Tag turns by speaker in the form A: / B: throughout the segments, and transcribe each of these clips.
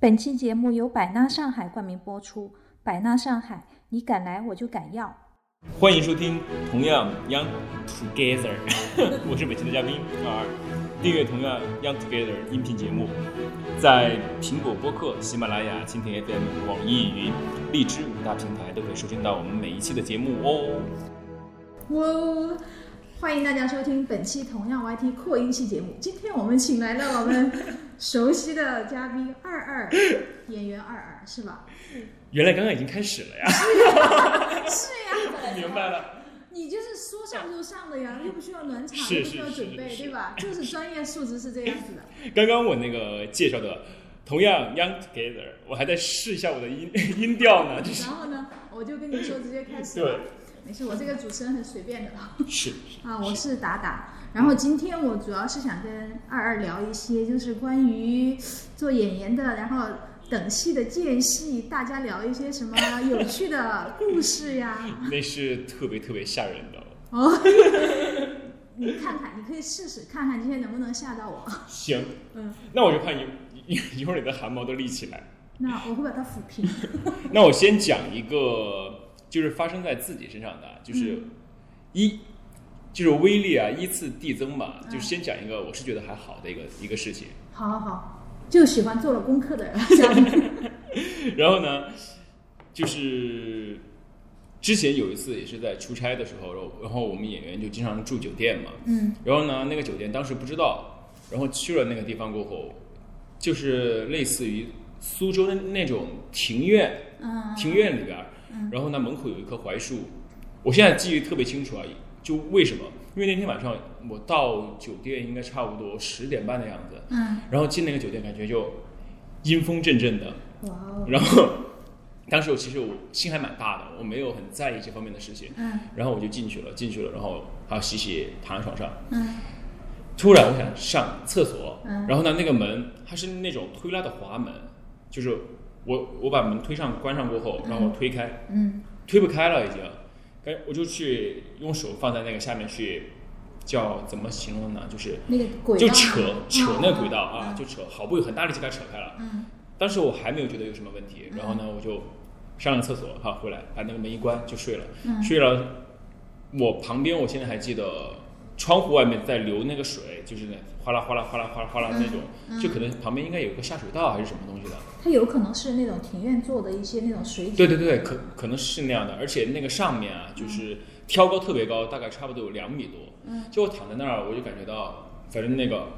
A: 本期节目由百纳上海冠名播出。百纳上海，你敢来我就敢要。
B: 欢迎收听同样 Young Together，我 是本期的嘉宾二。订阅同样 Young Together 音频节目，在苹果播客、喜马拉雅、蜻蜓 FM、网易云、荔枝五大平台都可以收听到我们每一期的节目哦。
C: 哇哦！欢迎大家收听本期同样 YT 扩音器节目。今天我们请来了我们熟悉的嘉宾 二二，演员二二是吧？
B: 原来刚刚已经开始了呀，
C: 是呀，
B: 哦明白了。
C: 你就是说上就上的呀，又不需要暖场，
B: 是
C: 又不需要
B: 是是
C: 准备，
B: 是
C: 对吧？就是专业素质是这样子的。
B: 刚刚我那个介绍的同样 Young Together，我还在试一下我的音音调呢，这是
C: 然后呢，我就跟你说直接开始吧
B: 对。，
C: 没事，我这个主持人很随便的。
B: 是
C: 啊，我是达达。然后今天我主要是想跟二二聊一些，就是关于做演员的，然后等戏的间隙，大家聊一些什么有趣的故事呀。
B: 那是特别特别吓人的。
C: 哦，你看看，你可以试试看看今天能不能吓到我。
B: 行，
C: 嗯，
B: 那我就怕一一一会 儿你的汗毛都立起来。
C: 那我会把它抚平。
B: 那我先讲一个，就是发生在自己身上的，啊就是
C: 嗯
B: 一、就是威力啊依次递增嘛，
C: 嗯
B: 就先讲一个我是觉得还好的一个一个事情。
C: 好好好，就喜欢做了功课的人。这样子
B: 然后呢，就是之前有一次也是在出差的时候，然后然后我们演员就经常住酒店嘛，
C: 嗯
B: 然后呢那个酒店当时不知道，然后去了那个地方过后，就是类似于苏州的那种庭院，
C: 嗯
B: 庭院里边儿，然后呢门口有一棵槐树，我现在记忆特别清楚啊，就为什么？因为那天晚上我到酒店应该差不多十点半的样子，
C: 嗯，
B: 然后进那个酒店感觉就阴风阵阵的，
C: 哇哦，
B: 然后当时我其实我心还蛮大的，我没有很在意这方面的事情，
C: 嗯
B: 然后我就进去了，进去了，然后还要洗洗，躺在床上，
C: 嗯
B: 突然我想上厕所，
C: 嗯
B: 然后呢，那个门它是那种推拉的滑门，就是我我把门推上关上过后，然后我推开，
C: 嗯
B: 推不开了已经，哎，我就去用手放在那个下面去，叫怎么形容呢？就是
C: 那个轨道
B: 就扯扯那轨道
C: 嗯
B: 啊，就扯，好不容易很大力气给它扯开了，
C: 嗯
B: 当时我还没有觉得有什么问题，然后呢，我就上了厕所哈，回来把那个门一关就睡了，
C: 嗯
B: 睡了。我旁边我现在还记得窗户外面在流那个水，就是那哗啦哗啦哗啦哗啦哗啦那种，
C: 嗯嗯
B: 就可能旁边应该有个下水道还是什么东西的。
C: 它有可能是那种庭院做的一些那种水井。
B: 对对对，可可能是那样的，而且那个上面啊，就是挑高特别高，大概差不多有两米多。
C: 嗯
B: 就我躺在那儿，我就感觉到，反正那个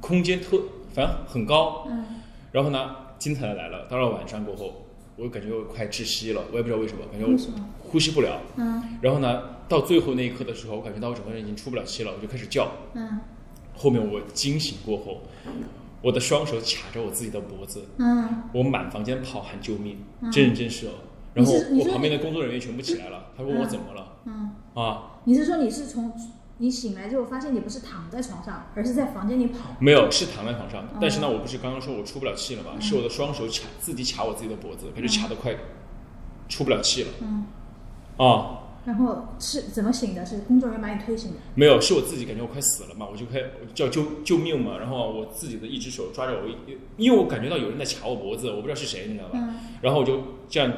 B: 空间特，反正很高，
C: 嗯
B: 然后呢，精彩的来了，到了晚上过后，我感觉我快窒息了，我也不知道为什么，感觉
C: 为什么
B: 我呼吸不了。
C: 嗯
B: 然后呢，到最后那一刻的时候，我感觉到我整个人已经出不了气了，我就开始叫。
C: 嗯
B: 后面我惊醒过后，我的双手卡着我自己的脖子，
C: 嗯，
B: 我满房间跑喊救命，
C: 嗯
B: 真人真事哦。然后
C: 你是你
B: 我
C: 是
B: 旁边的工作人员全部起来了，他问我
C: 嗯
B: 怎么了、
C: 嗯，
B: 啊？
C: 你是说你是从你醒来之后发现你不是躺在床上，而是在房间里跑？
B: 没有，是躺在床上
C: 嗯，
B: 但是呢，我不是刚刚说我出不了气了吗？是我的双手卡自己卡我自己的脖子，感觉卡的快出不了气了
C: 嗯，
B: 啊！
C: 然后是怎么醒的？是工作人员把你推醒的？
B: 没有，是我自己感觉我快死了嘛，我就快我就叫救救命嘛，然后我自己的一只手抓着我一，因为我感觉到有人在卡我脖子，我不知道是谁，你知道吧？
C: 嗯，
B: 然后我就这样，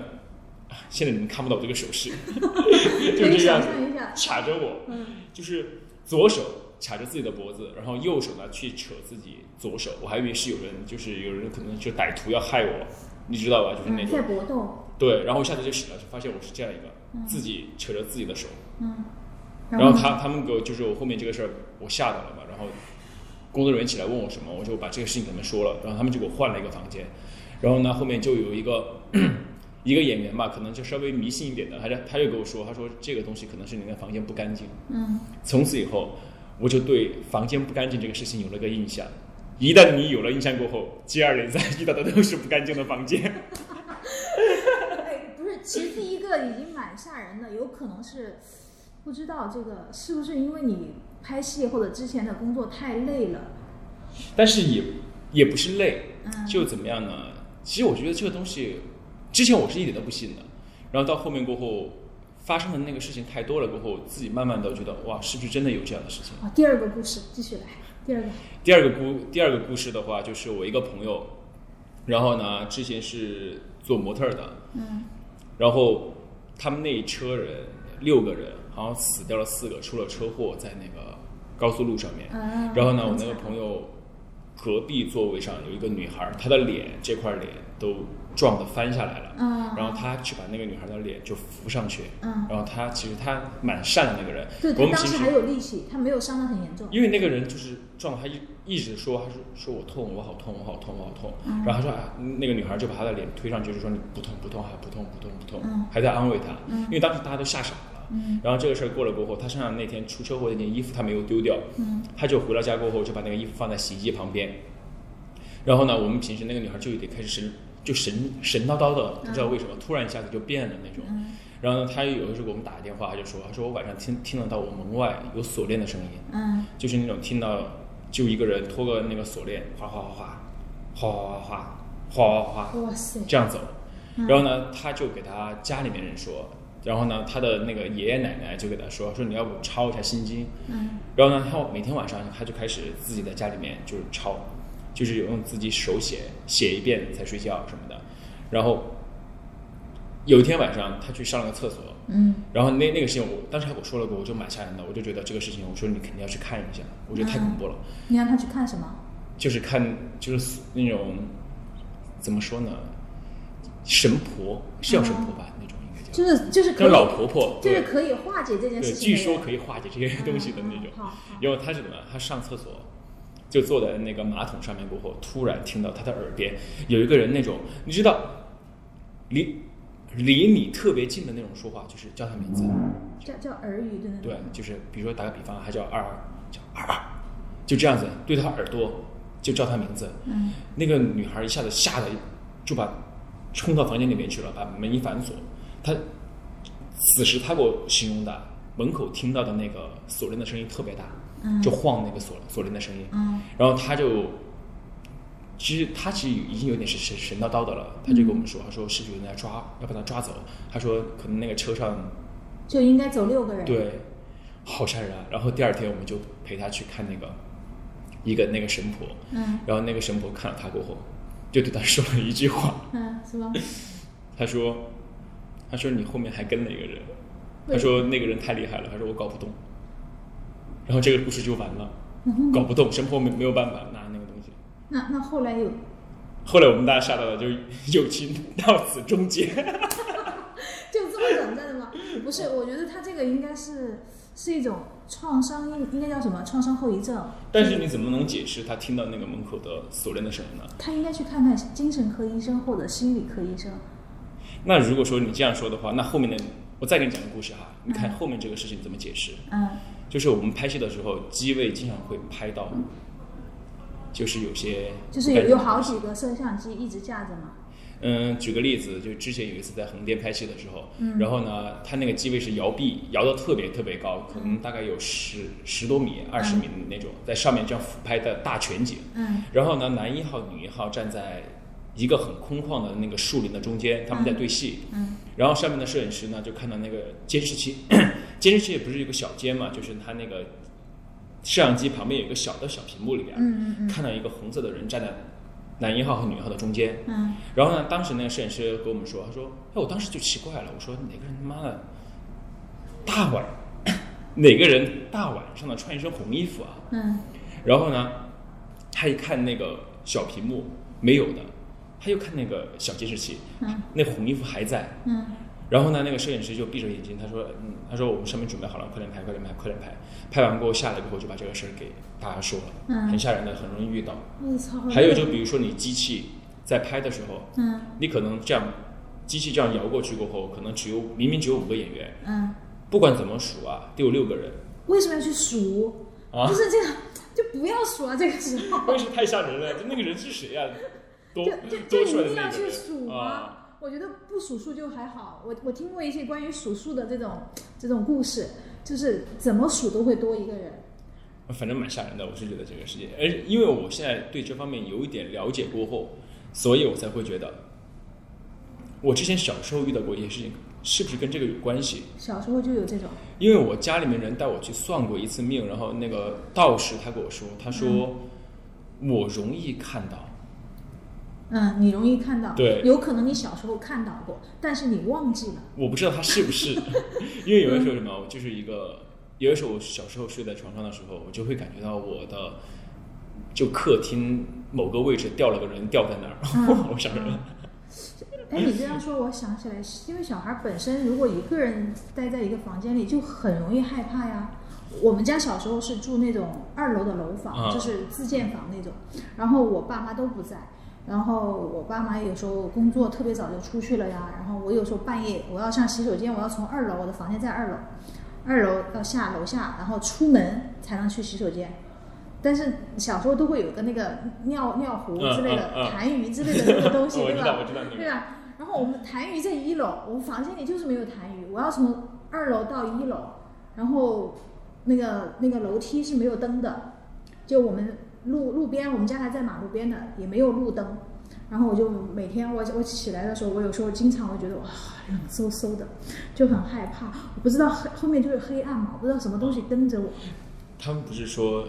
B: 啊现在你们看不到我这个手 势， 就
C: 可以
B: 这样
C: 想
B: 子
C: 象一下。
B: 卡着我，
C: 嗯
B: 就是左手卡着自己的脖子，然后右手呢去扯自己左手，我还以为是有人，就是有人可能就歹徒要害我，你知道吧？就是那
C: 嗯，
B: 种
C: 在搏斗。
B: 对，然后一下子就醒了，就发现我是这样一个，
C: 嗯
B: 自己扯着自己的手。
C: 嗯，
B: 然后
C: 呢
B: 他他们给我就是我后面这个事儿我吓到了嘛，然后工作人员起来问我什么，我就把这个事情给他们说了，然后他们就给我换了一个房间，然后呢后面就有一个 一个演员吧，可能就稍微迷信一点的，他就他就跟我说，他说这个东西可能是你的房间不干净，
C: 嗯，
B: 从此以后我就对房间不干净这个事情有了个印象。一旦你有了印象过后，接二连三遇到的都是不干净的房间。
C: 哎，不是，其实第一个已经蛮吓人的，有可能是不知道这个是不是因为你拍戏或者之前的工作太累了。
B: 但是也也不是累，
C: 嗯
B: 就怎么样呢？其实我觉得这个东西，之前我是一点都不信的，然后到后面过后，发生的那个事情太多了，过后自己慢慢的觉得，哇，是不是真的有这样的事情？
C: 哦好，第二个故事继续来，第二个，
B: 第二个故第二个故事的话，就是我一个朋友，然后呢，之前是做模特儿的，
C: 嗯，
B: 然后他们那一车人六个人，好像死掉了四个，出了车祸在那个高速路上面。
C: 啊
B: 然后呢，我那个朋友隔壁座位上有一个女孩儿，她的脸这块脸都撞得翻下来了。
C: 嗯
B: 然后他去把那个女孩的脸就扶上去。
C: 嗯
B: 然后他其实他蛮善良的一个人。
C: 对
B: 我
C: 他
B: 们
C: 当
B: 平
C: 时
B: 时
C: 还有力气，他没有伤得很严重。
B: 因为那个人就是撞得他一一直说，他说说我痛，我好痛，我好痛，我好痛。
C: 嗯
B: 然后他说啊，那个女孩就把他的脸推上去，就说你不痛不痛，还不痛不痛不痛，
C: 嗯
B: 还在安慰他，
C: 嗯
B: 因为当时大家都吓傻了。
C: 嗯
B: 然后这个事儿过了过后，他身上那天出车祸那件衣服他没有丢掉，
C: 嗯
B: 他就回到家过后就把那个衣服放在洗衣机旁边。然后呢，我们平时那个女孩就有点开始神，就神神叨叨的，不知道为什么、突然一下子就变了那种。
C: 嗯
B: 然后呢，她有的时候给我们打电话，她就说，她说我晚上听听得到我门外有锁链的声音。
C: 嗯
B: 就是那种听到就一个人拖个那个锁链，哗哗哗哗，哗哗哗哗哗哗哗，
C: 哇塞，
B: 这样走。
C: 嗯
B: 然后呢，他就给他家里面人说，然后呢，他的那个爷爷奶奶就给他说，说你要不抄一下心经。
C: 嗯
B: 然后呢，他每天晚上他就开始自己在家里面就是抄，就是用自己手写写一遍才睡觉什么的。然后有一天晚上，他去上了个厕所，
C: 嗯
B: 然后那那个事情我，当时还给我说了过，我就蛮吓人的，我就觉得这个事情，我说你肯定要去看一下，我觉得
C: 嗯
B: 太恐怖了，
A: 你让他去看什么？
B: 就是看就是那种怎么说呢，神婆是叫神婆吧，那种应该
C: 就
B: 叫，
C: 是嗯就是可
B: 叫
C: 以，
B: 老婆婆，
C: 就是
B: 对
C: 可以化解这件
B: 对，
C: 事情的
B: 据
C: 人。
B: 说可以化解这些东西的那种
C: 嗯。好好
B: 然后他是怎么样？他上厕所就坐在那个马桶上面过后，突然听到他的耳边有一个人那种，你知道，离离你特别近的那种说话，就是叫他名字。
C: 叫叫耳语的那种。
B: 对，就是比如说打个比方，他叫二二，叫二二，就这样子对他耳朵就叫他名字。
C: 嗯
B: 那个女孩一下子吓得就把冲到房间里面去了，把门一反锁。她此时她给我形容的，门口听到的那个锁链的声音特别大，
C: 嗯
B: 就晃那个锁锁链的声音。
C: 嗯
B: 然后她就。其实她其实已经有点神神神叨叨的了，她就跟我们说，她说是不是有人在抓，要把她抓走？她说可能那个车上
C: 就应该走六个人。
B: 对，好吓人啊！然后第二天我们就陪他去看那个一个那个神婆，
C: 嗯
B: 然后那个神婆看了他过后，就对他说了一句话，
C: 嗯，什么？
B: 他说：“他说你后面还跟了一个人，他说那个人太厉害了，他说我搞不懂。”然后这个故事就完了，搞不懂，神婆没没有办法拿那个东西。
C: 那那后来有
B: 后来我们大家吓到了，就友情 到此终结。
C: 就这么短暂的吗？嗯不是，我觉得他这个应该是是一种创伤，应应该叫什么？创伤后遗症。
B: 但是你怎么能解释他听到那个门口的锁链的声音呢？
C: 他应该去看看精神科医生或者心理科医生。
B: 那如果说你这样说的话，那后面的我再给你讲个故事哈，你看后面这个事情怎么解释？
C: 嗯
B: 就是我们拍戏的时候，机位经常会拍到，就是有些
C: 嗯就是有有好几个摄像机一直架着嘛。
B: 嗯，举个例子，就之前有一次在横店拍戏的时候，
C: 嗯
B: 然后呢，他那个机位是摇臂，摇的特别特别高，可
C: 嗯
B: 能大概有十十多米、二十米的那种，在上面这样俯拍的大全景。
C: 嗯
B: 然后呢，男一号、女一号站在一个很空旷的那个树林的中间，他们在对戏。
C: 嗯
B: 然后上面的摄影师呢，就看到那个监视器， 监视器也不是一个小间嘛，就是它那个摄像机旁边有一个小的小屏幕里边，
C: 嗯嗯
B: 看到一个红色的人站在男一号和女一号的中间。
C: 嗯
B: 然后呢，当时那个摄影师跟我们说，他说：“哎，我当时就奇怪了，我说哪个人他妈的大晚 哪个人大晚上的穿一身红衣服啊？”
C: 嗯
B: 然后呢，他一看那个小屏幕没有的，他又看那个小监视器，
C: 嗯
B: 那红衣服还在。
C: 嗯
B: 然后呢，那个摄影师就闭着眼睛，他说：“嗯，他说我们上面准备好了，快点拍，快点拍，快点拍。”拍完过后下来过后，就把这个事儿给大家说了，
C: 嗯
B: 很吓人的，很容易遇到。
C: 我操！
B: 还有就比如说你机器在拍的时候，
C: 嗯
B: 你可能这样，机器这样摇过去过后，可能只有明明只有五个演员，
C: 嗯，
B: 不管怎么数啊，得有六个人
C: 为什么要去数？
B: 啊
C: 就。是这个，就不要数啊！这个时候，
B: 真是太吓人了！就那个人是谁呀、多
C: 就就就
B: 多
C: 一
B: 帅的
C: 定要
B: 那个
C: 去
B: 人
C: 数
B: 啊！
C: 啊！我觉得不数数就还好。我我听过一些关于数数的这种这种故事，就是怎么数都会多一个人。
B: 反正蛮吓人的，我是觉得这个世界，而因为我现在对这方面有一点了解过后，所以我才会觉得，我之前小时候遇到过一些事情，是不是跟这个有关系？
C: 小时候就有这种，
B: 因为我家里面人带我去算过一次命，然后那
C: 嗯
B: 个道士他跟我说，他说、我容易看到
C: 嗯，你容易看到，
B: 对
C: 有可能你小时候看到过，但是你忘记了。
B: 我不知道它是不 是，因为有的时候什么，就是一个，有的时候我小时候睡在床上的时候，我就会感觉到我的就客厅某个位置掉了个人，掉在那儿，
C: 嗯
B: 我想着，
C: 哎，你这样说，我想起来，是因为小孩本身如果一个人待在一个房间里，就很容易害怕呀。我们家小时候是住那种二楼的楼
B: 啊
C: 房，就是自建房那种，然后我爸妈都不在。然后我爸妈有时候工作特别早就出去了呀，然后我有时候半夜我要上洗手间，我要从二楼，我的房间在二楼，二楼到下楼下，然后出门才能去洗手间。但是小时候都会有个那个尿尿壶之类
B: 嗯嗯
C: 的
B: 嗯
C: 痰盂之类的那个东西，
B: 哦我
C: 对
B: 知
C: 吧？
B: 道我知道那个
C: 对啊吧？然后我们痰盂在一楼，我们房间里就是没有痰盂，我要从二楼到一楼，然后那个那个楼梯是没有灯的，就我们路路边，我们家还在马路边的，也没有路灯。然后我就每天我我起来的时候，我有时候经常会觉得哇冷飕飕的，就很害怕，我不知道黑后面就是黑暗嘛，我不知道什么东西跟着我。
B: 他们不是说，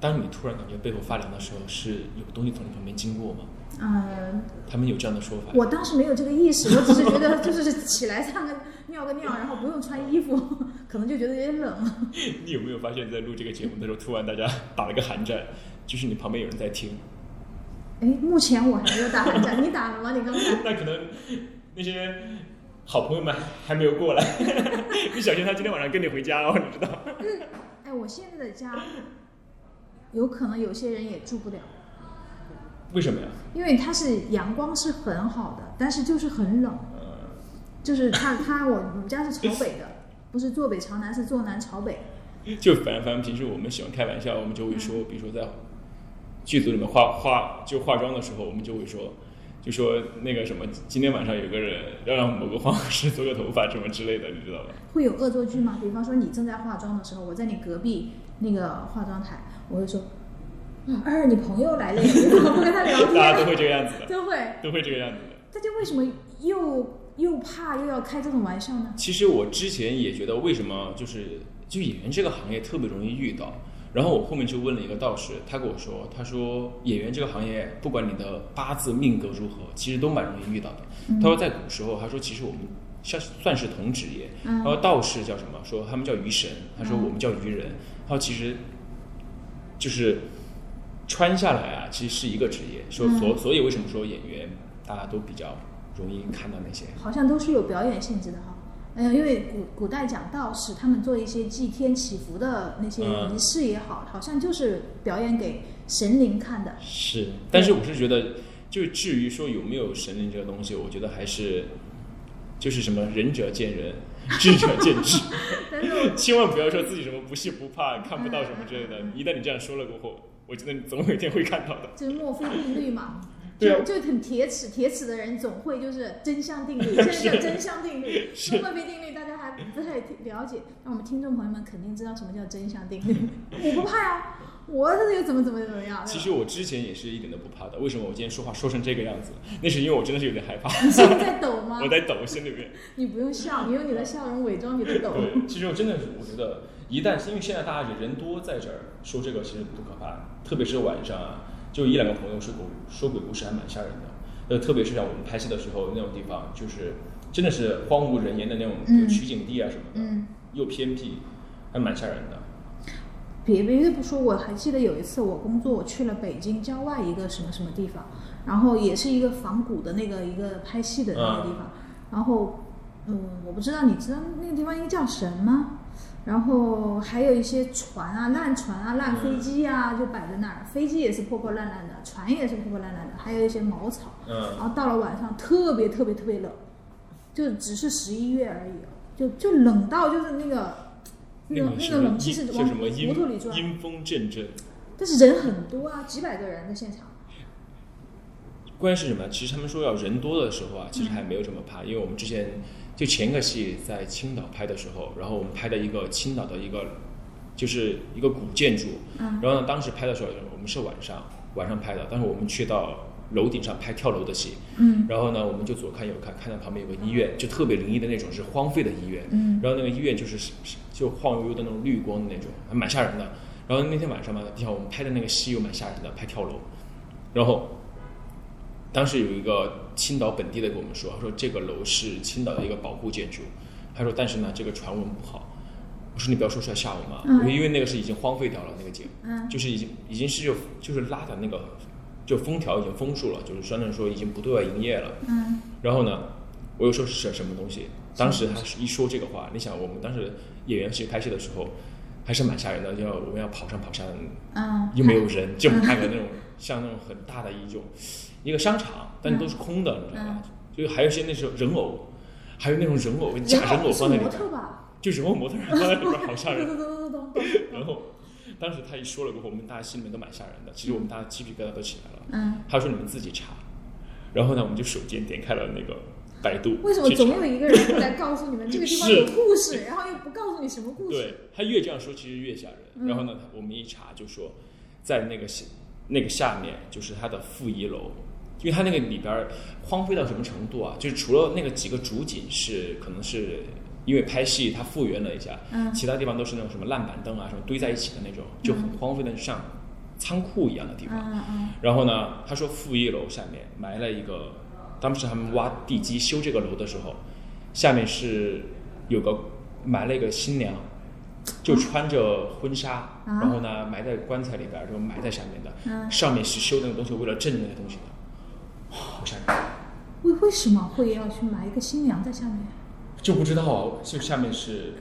B: 当你突然感觉背后发凉的时候，是有东西从你旁边经过吗？
C: 嗯，
B: 他们有这样的说法。
C: 我当时没有这个意识，我只是觉得就是起来上个尿个尿，然后不用穿衣服， 可能就觉得有点冷。
B: 你有没有发现，在录这个节目的时候，突然大家打了个寒战，就是你旁边有人在听，
C: 哎，目前我还没有打寒战，你打了吗？你刚才？
B: 那可能那些好朋友们还没有过来， 你小心他今天晚上跟你回家哦，你知道？
C: 哎，我现在的家，有可能有些人也住不了，
B: 为什么呀？
C: 因为它是阳光是很好的，但是就是很冷。
B: 呃，
C: 就是它它我我们家是朝北的，不是坐北朝南，是坐南朝北。
B: 就反正反正平时我们喜欢开玩笑，我们就会说，比如说在剧组里面化化就化妆的时候，我们就会说，就说那个什么，今天晚上有个人要让某个化妆师 做个头发什么之类的，你知道吧？
C: 会有恶作剧吗？比方说你正在化妆的时候，我在你隔壁那个化妆台，我会说：“嗯二，你朋友来了，你怎么不跟他聊
B: 大家都
C: 天
B: 会这个样子？”的，
C: 都会，
B: 都会这个样子的。
C: 大家为什么又又怕又要开这种玩笑呢？
B: 其实我之前也觉得，为什么就是就演员这个行业特别容易遇到。然后我后面就问了一个道士，他跟我说，他说演员这个行业，不管你的八字命格如何，其实都蛮容易遇到的。他说在古时候，他说其实我们算算是同职业，
C: 嗯
B: 然后道士叫什么？说他们叫鱼神，他说我们叫鱼人。他说其实就是穿下来啊，其实是一个职业。说所所以为什么说演员大家都比较容易看到那些
C: 好像都是有表演性质的哈。嗯，因为古古代讲道士，他们做一些祭天祈福的那些
B: 嗯
C: 仪式也好，好像就是表演给神灵看的。
B: 是，但是我是觉得，就是至于说有没有神灵这个东西，我觉得还是就是什么仁者见仁，智者见智，
C: 但是我
B: 千万不要说自己什么不信不怕，看不到什么之类 的。一旦你这样说了过后，我觉得你总有一天会看到 的。
C: 就是墨菲定律嘛，
B: 对啊
C: 就就很铁齿，铁齿的人总会就是真相 定律，现在叫真相定律，墨菲定律大家还不太了解，那我们听众朋友们肯定知道什么叫真相定律。我不怕呀、我这又怎么怎么怎么样？对吧
B: 其实我之前也是一点都不怕的，为什么我今天说话说成这个样子？那是因为我真的是有点害 怕，
C: 你现在在抖吗
B: 我？在抖，心里面。
C: 你不用笑，你用你的笑容伪装你的抖。
B: 对，其实我真的是，我觉得一旦因为现在大家人多在这儿说这个，其实不可怕，特别是晚上啊，就一两个朋友说鬼说鬼故事还蛮吓人的。呃，特别是像我们拍戏的时候那种地方，就是真的是荒无人烟的那种
C: 嗯
B: 取景地啊什么的，
C: 嗯，
B: 又偏僻，还蛮吓人的。
C: 别别的不说，我还记得有一次我工作，我去了北京郊外一个什么什么地方，然后也是一个仿古的那个一个拍戏的那个地方，然后嗯，我不知道你知道那个地方应该叫什么，然后还有一些船啊、烂船啊、烂飞机啊，就摆在那儿，飞机也是破破烂烂的，船也是破破烂烂的，还有一些茅草，
B: 嗯
C: 然后到了晚上特别特别特别冷，就只是十一月而已哦，就就冷到就是那个。那
B: 个
C: 种那
B: 什
C: 个
B: 么
C: 冷
B: 阴
C: 气是
B: 叫
C: 往
B: 什么阴
C: 骨头里钻，
B: 阴风阵阵，
C: 但是人很多啊，几百个人在现场。
B: 关键是什么？其实他们说要人多的时候啊，
C: 嗯
B: 其实还没有这么怕，因为我们之前就前个戏在青岛拍的时候，然后我们拍的一个青岛的一个就是一个古建筑，
C: 嗯
B: 然后呢，当时拍的时候我们是晚上晚上拍的，但是我们去到楼顶上拍跳楼的戏，
C: 嗯
B: 然后呢，我们就左看右看，看到旁边有个医院，就特别灵异的那种，是荒废的医院，
C: 嗯
B: 然后那个医院就是是是就晃悠悠的那种绿光的那种，还蛮吓人的。然后那天晚上嘛，你想我们拍的那个戏又蛮吓人的，拍跳楼，然后当时有一个青岛本地的跟我们说，他说这个楼是青岛的一个保护建筑，他说但是呢这个传闻不好。我说你不要说出来吓我嘛，
C: 嗯
B: 我说因为那个是已经荒废掉了那个景，
C: 嗯
B: 就是已经已经是就就是拉的那个就封条已经封住了，就是相当于说已经不对外营业了。
C: 嗯
B: 然后呢，我又说是什什么东西？当时他一说这个话，你想我们当时演员去拍戏的时候，还是蛮吓人的，要我们要跑上跑下，
C: 嗯，
B: 又没有人，就看个那种像那种很大的一种一个商场，但都是空的，你知道吧？
C: 嗯
B: 就是还有一些那时候人偶，还有那种人偶假人偶
C: 是
B: 放在里
C: 模
B: 面，
C: 特吧？
B: 就人偶模特儿放在里边儿，好吓
C: 咚
B: 人。
C: 咚咚咚咚
B: 然后当时他一说了过后，我们大家心里面都蛮吓人的，其实我们大家鸡皮疙瘩都起来了。
C: 嗯，
B: 他说你们自己查，然后呢，我们就手贱点开了那个百度去查，
C: 为什么总有一个人来告诉你们这个地方有故事，然后又不告诉你什么故
B: 对
C: 事？
B: 他越这样说，其实越吓人。
C: 嗯
B: 然后呢，我们一查就说，在那个下那个下面就是他的负一楼，因为他那个里边儿荒废到什么程度啊？就是除了那个几个主景是可能是因为拍戏他复原了一下，
C: 嗯
B: 其他地方都是那种什么烂板凳啊什么堆在一起的那种，就很荒废的像仓库一样的地方。
C: 嗯嗯
B: 然后呢，他说负一楼下面埋了一个，当时他们挖地基修这个楼的时候，下面是有个埋了一个新娘，就穿着婚纱，然后呢埋在棺材里边儿，就埋在下面的。
C: 嗯，
B: 上面是修那个东西，为了镇那个东西的。哇好吓人！
C: 为为什么会要去埋一个新娘在下面？
B: 就不知道啊，就下面是，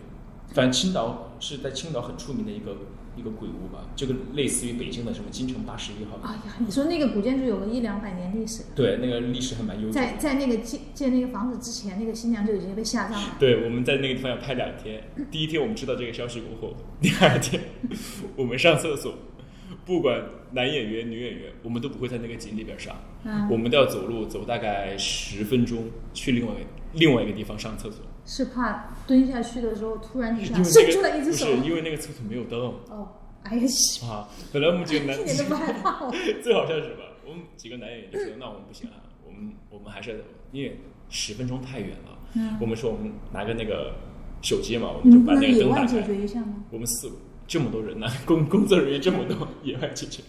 B: 反正青岛是在青岛很出名的一个一个鬼屋吧，这个类似于北京的什么京城八十一号，
C: 哎呀，你说那个古建筑有个一两百年历史了，
B: 对，那个历史还蛮悠久的。
C: 在在那个建建那个房子之前，那个新娘就已经被下葬了。
B: 对，我们在那个地方要拍两天。第一天我们知道这个消息过后，第二天我们上厕所，不管男演员、女演员，我们都不会在那个井里边上，
C: 嗯，
B: 我们都要走路走大概十分钟去另外一个另外一个地方上厕所。
C: 是怕蹲下去的时候突然一
B: 因
C: 下
B: 为
C: 伸
B: 那
C: 出来
B: 个
C: 一
B: 不
C: 只手
B: 是。因为那个厕所没有灯
C: 哦，哎呀，
B: 啊，本来我们几个 男
C: 一点都不害怕我。
B: 最好笑是什么？我们几个男演员就说：“那我们不行啊，我们我们还是因为十分钟太远了。
C: 嗯
B: 我们说我们拿个那个手机嘛，我
C: 你
B: 们
C: 们
B: 就把
C: 不能
B: 那个
C: 野
B: 灯打
C: 外
B: 开
C: 解。决一下吗？
B: 我们四这么多人呢、工工作人员这么多，野外解决。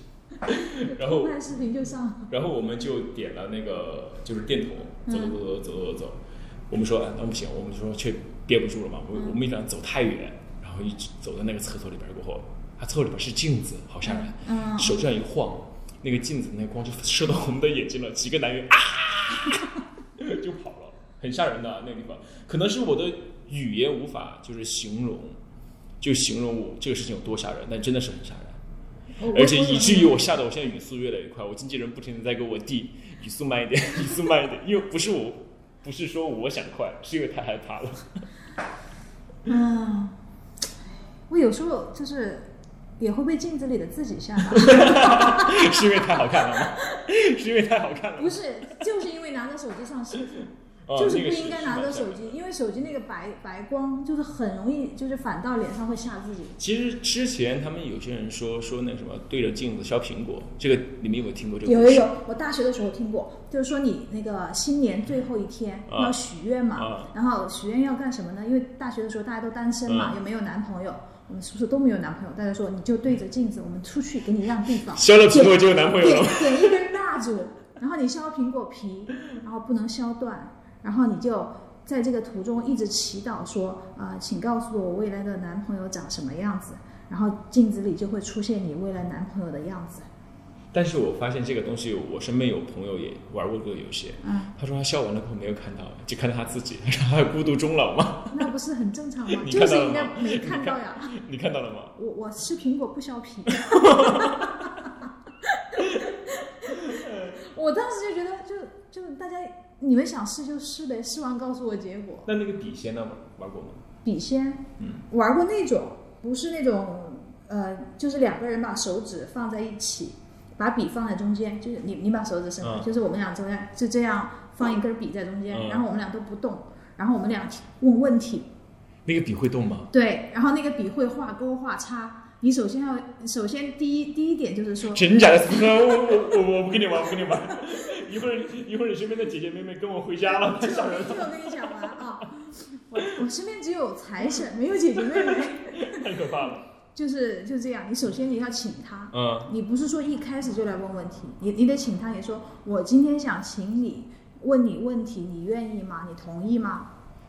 B: 然后
C: 偷拍视频就上。
B: 然后我们就点了那个就是电筒，走走走走走走走。我们说，哎，那不行，我们说却憋不住了嘛，我我们一想走太远，然后一直走到那个厕所里边过后，它厕所里边是镜子，好吓人。
C: 嗯，
B: 手这样一晃，那个镜子那光就射到我们的眼睛了，几个男人啊就跑了，很吓人的、啊那个地方，可能是我的语言无法就是形容，就形容我这个事情有多吓人，但真的是很吓人，
C: 我
B: 而且以至于
C: 我
B: 我吓得我现在语速越来越快，我经纪人不停的在给我递语速慢一点，语速慢一点，因为不是我。不是说我想快，是因为太害怕了。
C: 嗯，我有时候就是也会被镜子里的自己 吓到，
B: 是因为太好看了吗？是因为太好看了吗？
C: 不是，就是因为拿在手机上视频。
B: 哦
C: 就是
B: 那个
C: 不应该拿
B: 蛮吓
C: 着手
B: 人
C: 机，因为手机那个白白光就是很容易，就是反到脸上会吓自己。
B: 其实之前他们有些人说说那什么对着镜子削苹果，这个你们有没有听过这个
C: 有
B: 故
C: 有
B: 事？
C: 有，我大学的时候听过，就是说你那个新年最后一天
B: 啊
C: 要许愿嘛，
B: 啊
C: 然后许愿要干什么呢？因为大学的时候大家都单身嘛，
B: 嗯
C: 也没有男朋友，我们宿舍都没有男朋友，大家说你就对着镜子，我们出去给你让 地方，
B: 削了苹果就有男朋友了
C: 点。点一根蜡烛，然后你削苹果皮，然后不能削断，然后你就在这个途中一直祈祷说啊、请告诉我未来的男朋友长什么样子，然后镜子里就会出现你未来男朋友的样子。
B: 但是我发现这个东西，我身边有朋友也玩过这个游戏。
C: 嗯，
B: 他说他削完了过后没有看到，就看到他自己， 他说他孤独终老吗？
C: 那不是很正常吗？
B: 你
C: 就
B: 看
C: 是
B: 到了
C: 应
B: 吗
C: 该？没看到呀。
B: 你看到了吗？
C: 我我吃苹果不削皮。 我当时就觉得就，就大家你们想试就试呗，试完告诉我结果。
B: 那那个笔仙呢？玩过吗？
C: 笔仙，
B: 嗯，
C: 玩过那种，不是那种，呃，就是两个人把手指放在一起，把笔放在中间，就是你你把手指伸开，
B: 嗯
C: 就是我们俩这样就这样放一根笔在中间，
B: 嗯
C: 然后我们俩都不动，然后我们俩问问题，
B: 那个笔会动吗？
C: 对，然后那个笔会画勾画叉，你首先要首先第一第一点就 是说，
B: 真假的？我我我我不跟你玩，不跟你玩。 一会儿一会儿你身边的姐姐妹妹跟我回家了，太
C: 这
B: 吓
C: 个
B: 人了，
C: 我这个我跟你讲完啊，我我身边只有财神，没有姐姐妹妹。
B: 太可怕了。
C: 就是就这样，你首先你要请他，
B: 嗯
C: 你不是说一开始就来问问题，你你得请他，你说我今天想请你问你问题，你愿意吗？你同意吗？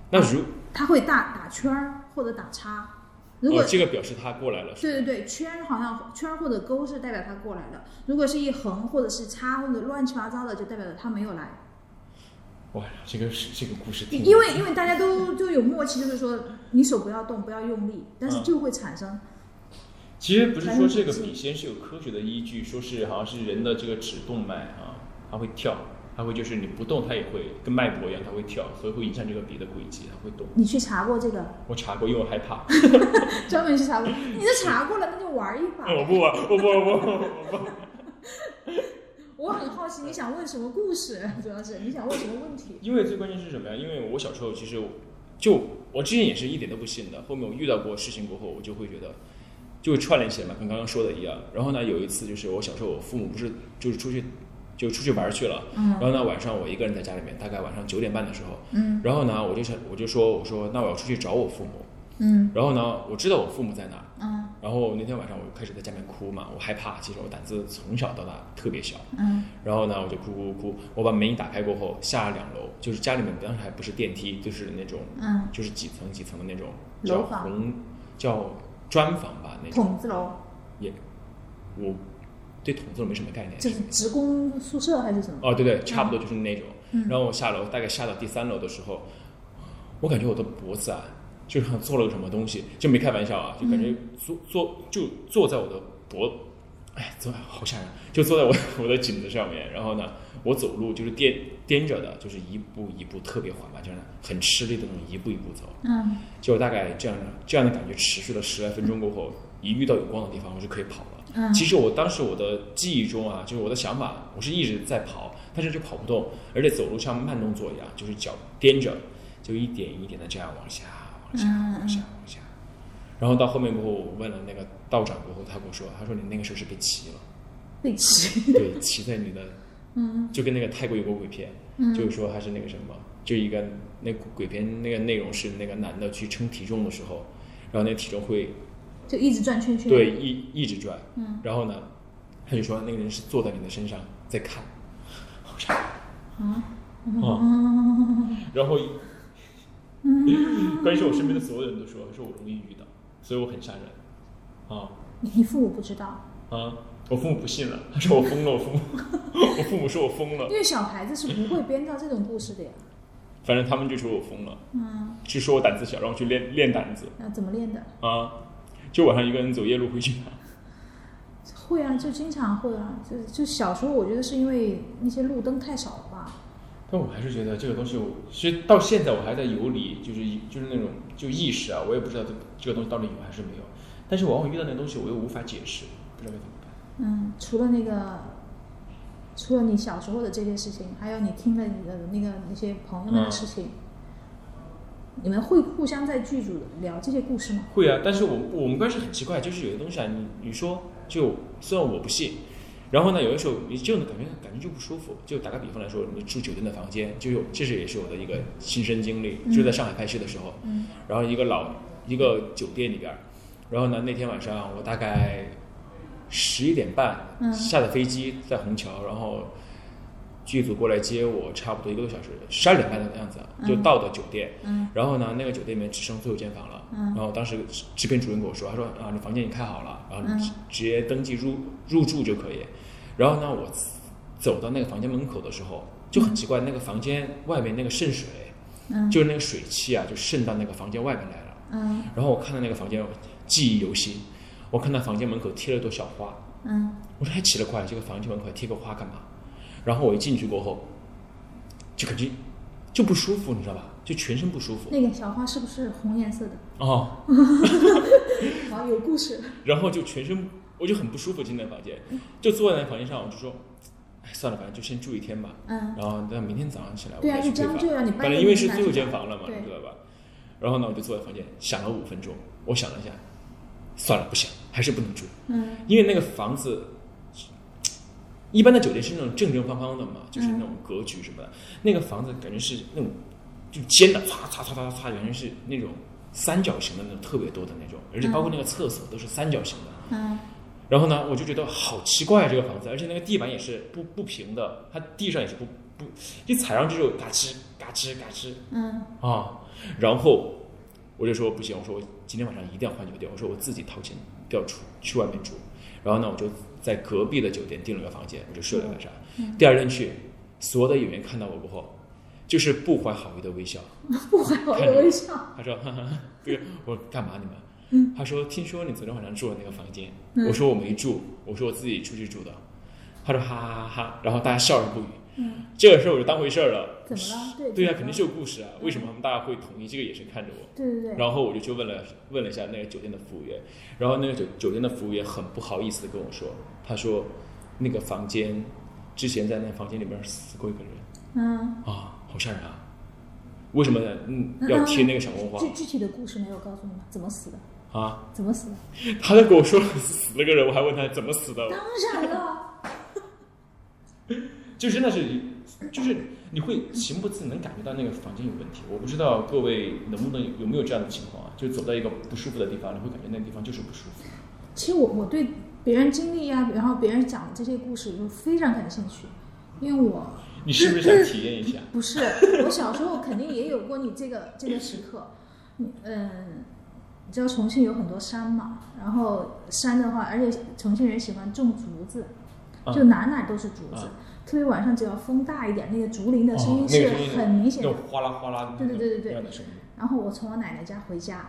B: 那如
C: 他会打打圈儿或者打叉，如果、
B: 哦，这个表示他过来了，
C: 对对对，圈儿好像圈儿或者勾是代表他过来了，如果是一横或者是叉或者乱七八糟的，就代表着他没有来。
B: 哇，这个是这个故事挺，
C: 因为因为大家都就有默契，就是说你手不要动，不要用力，但是就会产生
B: 其实不是说这个笔仙是有科学的依据，说是好像是人的这个指动脉啊，它会跳，它会就是你不动它也会跟脉搏一样，它会跳，所以会影响这个笔的轨迹，它会动。
C: 你去查过这个，
B: 我查过，因为我害怕。
C: 专门去查过，你都查过了，那就玩一把。
B: 我不玩，我不玩，我不玩。
C: 我很好奇你想问什么故事，主要是你想问什么问题？
B: 因为最关键是什么呀？因为我小时候其实我就我之前也是一点都不信的，后面我遇到过事情过后，我就会觉得就串联起来嘛，跟刚刚说的一样。然后呢，有一次就是我小时候，我父母不是就是出去就出去玩儿去了，
C: 嗯
B: 然后呢晚上我一个人在家里面，大概晚上九点半的时候，
C: 嗯
B: 然后呢我就想我就说我说那我要出去找我父母，
C: 嗯
B: 然后呢我知道我父母在哪儿，
C: 嗯
B: 然后那天晚上我就开始在家里面哭嘛，我害怕，其实我胆子从小到大特别小，
C: 嗯
B: 然后呢，我就哭哭哭，我把门一打开过后，下了两楼，就是家里面当时还不是电梯，就是那种
C: 嗯，
B: 就是几层几层的那种叫
C: 楼房
B: 红叫砖房吧那种，
C: 筒子楼，
B: 我对筒子楼没什么概念。
C: 这是职工宿舍还是什么？
B: 哦，对对，差不多就是那种。
C: 嗯
B: 然后我下楼，大概下到第三楼的时候，我感觉我的脖子啊，就像做了个什么东西，就没开玩笑啊，就感觉坐坐就坐在我的脖，哎，坐好吓人，就坐在我我 的颈子上面。然后呢，我走路就是颠颠着的，就是一步一步特别缓慢，就是很吃力的那种一步一步走。
C: 嗯
B: 就大概这样的这样的感觉持续了十来分钟过后，一遇到有光的地方，我就可以跑了。
C: 嗯
B: 其实我当时我的记忆中啊，就是我的想法，我是一直在跑，但是就跑不动，而且走路像慢动作一样，就是脚颠着，就一点一点的这样往下、往下、
C: 嗯嗯
B: 往下、往下。
C: 嗯
B: 然后到后面过后，我问了那个道长过后，他跟我说，他说你那个时候是被骑了，
C: 被骑，
B: 对，骑在你的，
C: 嗯
B: 就跟那个泰国有个鬼片，就是说他是那个什么，就一个那鬼片那个内容是那个男的去称体重的时候，然后那体重会
C: 就一直转圈圈。
B: 对，一一直转，
C: 嗯，
B: 然后呢，他就说那个人是坐在你的身上在看，
C: 啊，
B: 啊，
C: 嗯
B: 然后， 关键是我身边的所有人都说，说我容易遇到，所以我很吓人，啊
C: 你父母不知道，
B: 啊，我父母不信了，他说我疯了，我父母， 我父母说我疯了
C: 因，为小孩子是不会编造这种故事的呀。
B: 反正他们就说我疯了，
C: 嗯，
B: 就说我胆子小，让我去练练胆子
C: 那怎么练的？
B: 啊，就晚上一个人走夜路回去啊，
C: 会啊，就经常会啊，就就小时候我觉得是因为那些路灯太少了吧。
B: 但我还是觉得这个东西我，其实到现在我还在游离，就是就是那种就意识啊，我也不知道这这个东西到底有还是没有。但是往往遇到那东西，我又无法解释，不知道该怎么办。
C: 嗯，除了那个，除了你小时候的这些事情，还有你听了你的那个那些朋友们的
B: 嗯
C: 事情，你们会互相在剧组聊这些故事吗？
B: 会啊，但是我我们关系很奇怪，就是有些东西啊，你你说就虽然我不信，然后呢，有的时候你就能感觉感觉就不舒服。就打个比方来说，你住酒店的房间，就有这是也是我的一个亲身经历，就在上海拍戏的时候，
C: 嗯
B: 然后一个老一个酒店里边儿，然后呢那天晚上我大概十一点半、
C: 嗯
B: 下的飞机，在虹桥，然后剧组过来接我，差不多一个多小时，十二点半的样子啊就到的酒店。
C: 嗯
B: 然后呢，那个酒店里面只剩最后一间房了。
C: 嗯
B: 然后当时制制片主任跟我说，他说啊，你房间已经开好了，然后你
C: 嗯
B: 直直接登记入入住就可以。然后呢，我走到那个房间门口的时候，就很奇怪，那个房间外面那个渗水，
C: 嗯
B: 就是那个水汽啊，就渗到那个房间外面来了。
C: 嗯
B: 然后我看到那个房间，我记忆犹新。我看到房间门口贴了朵小花，
C: 嗯
B: 我说还哎奇了怪，这个房间门口还贴个花干嘛？然后我一进去过后，就感觉就不舒服，你知道吧？就全身不舒服。
C: 那个小花是不是红颜色的？
B: 哦，
C: 好，有故事。
B: 然后就全身我就很不舒服，进那房间，
C: 嗯
B: 就坐在那房间上，我就说，哎，算了，反正就先住一天吧。
C: 嗯
B: 然后那明天早上起来我
C: 对啊
B: 再去
C: 就这样
B: 退房
C: 对啊你半夜
B: 反正因为
C: 就是拿
B: 最后
C: 去
B: 间房了嘛，
C: 对
B: 你知道吧？然后呢，我就坐在房间想了五分钟，我想了一下，算了，不想，还是不能住，
C: 嗯
B: 因为那个房子。一般的酒店是那种正正方方的嘛，就是那
C: 嗯
B: 种格局什么的。那个房子感觉是那种就尖的，唰唰唰唰唰，感觉是那种三角形的那种特别多的那种，而且包括那个厕所都是三角形的。
C: 嗯
B: 然后呢，我就觉得好奇怪啊这个房子，而且那个地板也是不不平的，它地上也是不不，一踩上去就嘎吱嘎吱嘎吱
C: 嗯
B: 啊。然后我就说不行，我说我今天晚上一定要换酒店，我说我自己掏钱调出去外面住。然后呢，我就在隔壁的酒店订了个房间，我就睡了晚上。第二天去，所有的演员看到我过后，就是不怀好意的微笑。
C: 不 怀好意的微笑。
B: 他说：“ 哈哈，这个我说干嘛你们？”嗯、他说：“听说你昨天晚上住的那个房间。
C: 嗯
B: 我说：“我没住，我说我自己出去住的。”他说：“哈哈哈哈。”然后大家笑而不语。
C: 嗯，
B: 这个事儿我就当回事儿了。
C: 怎么了？对
B: 对呀、
C: 怎
B: 肯
C: 么
B: 定
C: 了
B: 是有故事啊。为什么他们大家会同意？这个也是看着我。
C: 对对对。
B: 然后我就去问了问了一下那个酒店的服务员，然后那个酒酒店的服务员很不好意思的跟我说，他说那个房间之前在那个房间里边死过一个人
C: 嗯，
B: 啊，好吓人啊！为什么嗯要贴那个小红花
A: 具具体的故事没有告诉你吗？怎么死的？
B: 啊？
A: 怎么死的？
B: 他在跟我说死了个人，我还问他怎么死的，
C: 当 然了，
B: 就真的是，就是你会情不自禁能感觉到那个房间有问题。我不知道各位能不能有没有这样的情况啊？就走到一个不舒服的地方，你会感觉那个地方就是不舒服。
C: 其实我我对别人经历啊，然后别人讲的这些故事，就非常感兴趣，因为我
B: 你是不是想体验一下？
C: 不是，我小时候肯定也有过你这个这个时刻。嗯，你知道重庆有很多山嘛，然后山的话，而且重庆人喜欢种竹子，
B: 啊
C: 就哪哪都是竹子。
B: 啊
C: 特别晚上，只要风大一点，那个竹林的声
B: 哦
C: 音
B: 那
C: 是
B: 个声音
C: 很明显
B: 那
C: 的。
B: 种哗啦哗啦的
C: 对
B: 那种
C: 对对对对
B: 那样的声音。
C: 然后我从我奶奶家回家，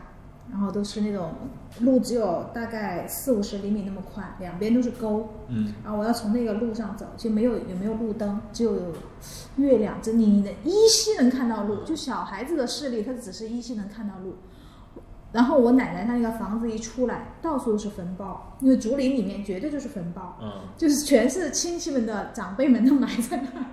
C: 然后都是那种路只有大概四五十厘米那么宽，两边都是沟。
B: 嗯，
C: 然后我要从那个路上走，就没有也没有路灯，只有月亮，就你你的依稀能看到路，就小孩子的视力，他只是依稀能看到路。然后我奶奶她那个房子一出来，到处都是坟包，因为竹林里面绝对就是坟包，
B: 嗯，
C: 就是全是亲戚们的长辈们都埋在那儿。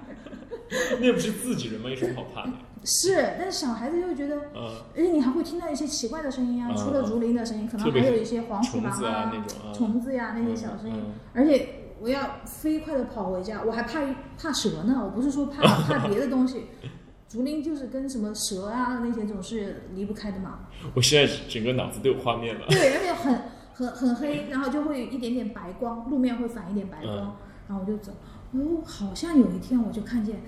B: 那不是自己人吗？有什么好怕的？
C: 是，但是小孩子就觉得，
B: 嗯，
C: 而且你还会听到一些奇怪的声音啊，
B: 嗯
C: 除了竹林的声音，可
B: 特
C: 能还
B: 别是
C: 有一些黄鼠
B: 虫
C: 狼
B: 子啊那种啊
C: 虫子呀、那些小声音。
B: 嗯嗯
C: 而且我要飞快的跑回家，我还怕怕蛇呢，我不是说怕怕别的东西， 竹林就是跟什么蛇啊那些总是离不开的嘛。
B: 我现在整个脑子都有画面了。
C: 对，而且很很很黑，然后就会有一点点白光，路面会反一点白光，
B: 嗯
C: 然后我就走。哦，好像有一天我就看见，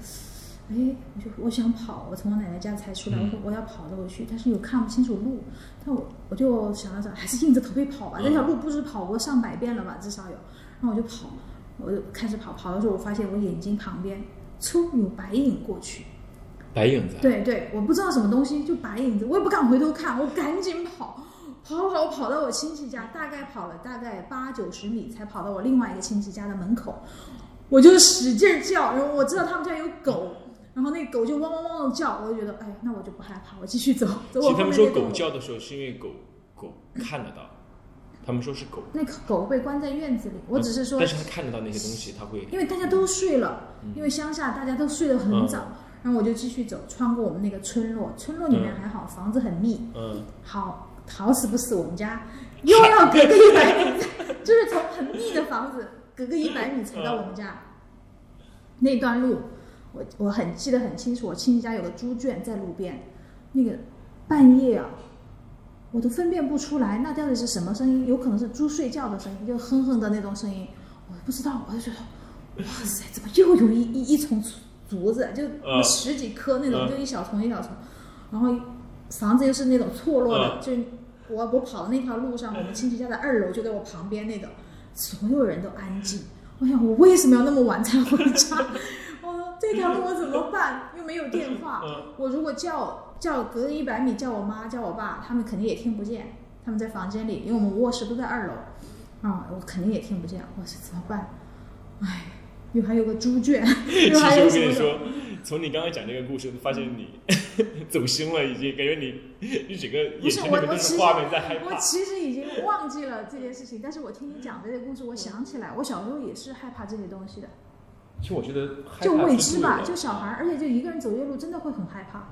C: 哎，我就我想跑，我从我奶奶家才出来，我说我要跑着回去，但是又看不清楚路，但我我就想了想，还是硬着头皮跑吧。这条路不是跑过上百遍了吧，至少有。然后我就跑，我就开始跑，跑的时候我发现我眼睛旁边，嗖有白影过去。
B: 白影子啊，
C: 对对，我不知道什么东西，就白影子，我也不敢回头看，我赶紧跑，跑跑跑到我亲戚家，大概跑了大概八九十米，才跑到我另外一个亲戚家的门口，我就使劲儿叫，然后我知道他们家有狗。然后那狗就汪汪汪的叫，我就觉得，哎，那我就不害怕，我继续走，走
B: 其实
C: 我
B: 他们
C: 后面
B: 说
C: 那
B: 狗
C: 狗。
B: 叫的时候是因为狗狗看得到，他们说是狗。
C: 那狗被关在院子里，我只是说
B: 嗯但是嗯他看得到那些东西，他会
C: 因为大家都睡了，因为乡下大家都睡得
B: 嗯
C: 很早，然后我就继续走，穿过我们那个村落，村落里面还好，房子很密，
B: 嗯，
C: 好好死不死我们家又要隔个一百米，就是从很密的房子隔个一百米才到我们家。那段路，我我很记得很清楚，我亲戚家有个猪圈在路边，那个半夜啊，我都分辨不出来那到底是什么声音，有可能是猪睡觉的声音，就哼哼的那种声音，我不知道，我就觉得，哇塞，怎么又有一一一丛竹子，就
B: 嗯
C: 十几棵那种，
B: 嗯
C: 就一小丛一小丛，然后房子又是那种错落的，
B: 嗯
C: 就我我跑的那条路上，我们亲戚家的二楼就在我旁边那个，所有人都安静。我想我为什么要那么晚才回家？我说这条路我怎么办？又没有电话
B: 嗯，
C: 我如果叫叫隔一百米叫我妈叫我爸，他们肯定也听不见。他们在房间里，因为我们卧室都在二楼，啊，我肯定也听不见。我说怎么办？哎，又还有个猪圈，
B: 其
C: 又还
B: 实
C: 有
B: 我
C: 什
B: 跟
C: 么
B: 你说，从你刚刚讲这个故事，发现你 走心了，已经感觉你你 整个
C: 不
B: 眼
C: 是
B: 睛里
C: 我，
B: 面
C: 我
B: 都
C: 其
B: 是
C: 实
B: 画面在害怕
C: 我。其实已经忘记了这件事情，但是我听你讲这些故事，我想起来，我小时候也是害怕这些东西的，
B: 其实我觉得害怕
C: 就未
B: 是
C: 知
B: 对
C: 吧，
B: 的
C: 就小孩儿，而且就一个人走夜路，真的会很害怕。啊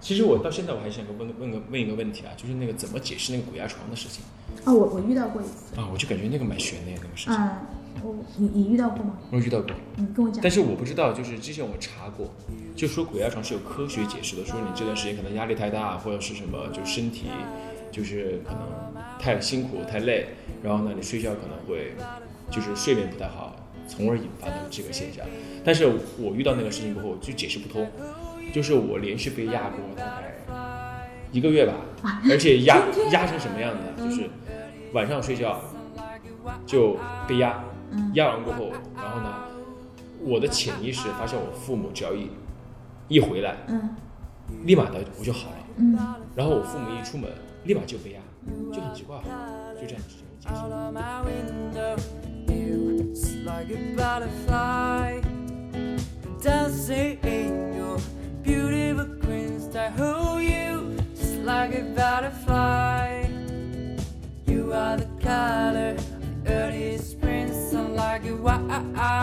B: 其实我到现在我还想问个问个问一个问题啊，就是那个怎么解释那个鬼压床的事情
C: 啊，我我遇到过一次，
B: 啊？我就感觉那个蛮悬的呀，那个事情，
C: 嗯，我你你遇到过吗？
B: 我遇到过，
C: 你跟我讲
B: 但。是我不知道，就是之前我查过，就说鬼压床是有科学解释的，说你这段时间可能压力太大，或者是什么，就身体就是可能太辛苦太累，然后呢你睡觉可能会就是睡眠不太好，从而引发的这个现象。但是我遇到那个事情过后就解释不通，就是我连续被压过大概一个月吧，而且压压成什么样子，就是晚上睡觉就被压，
C: 嗯
B: 压完过后，然后呢，我的潜意识发现我父母只要一一回来，
A: 嗯
B: 立马的我就好了。
A: 嗯，
B: 然后我父母一出门，立马就被压，就很奇怪，就这样子解释。
D: out of my window. You like a butterfly dancing in your beautiful green sky. Who you just like a butterfly? You are the color of early spring sun, like a wild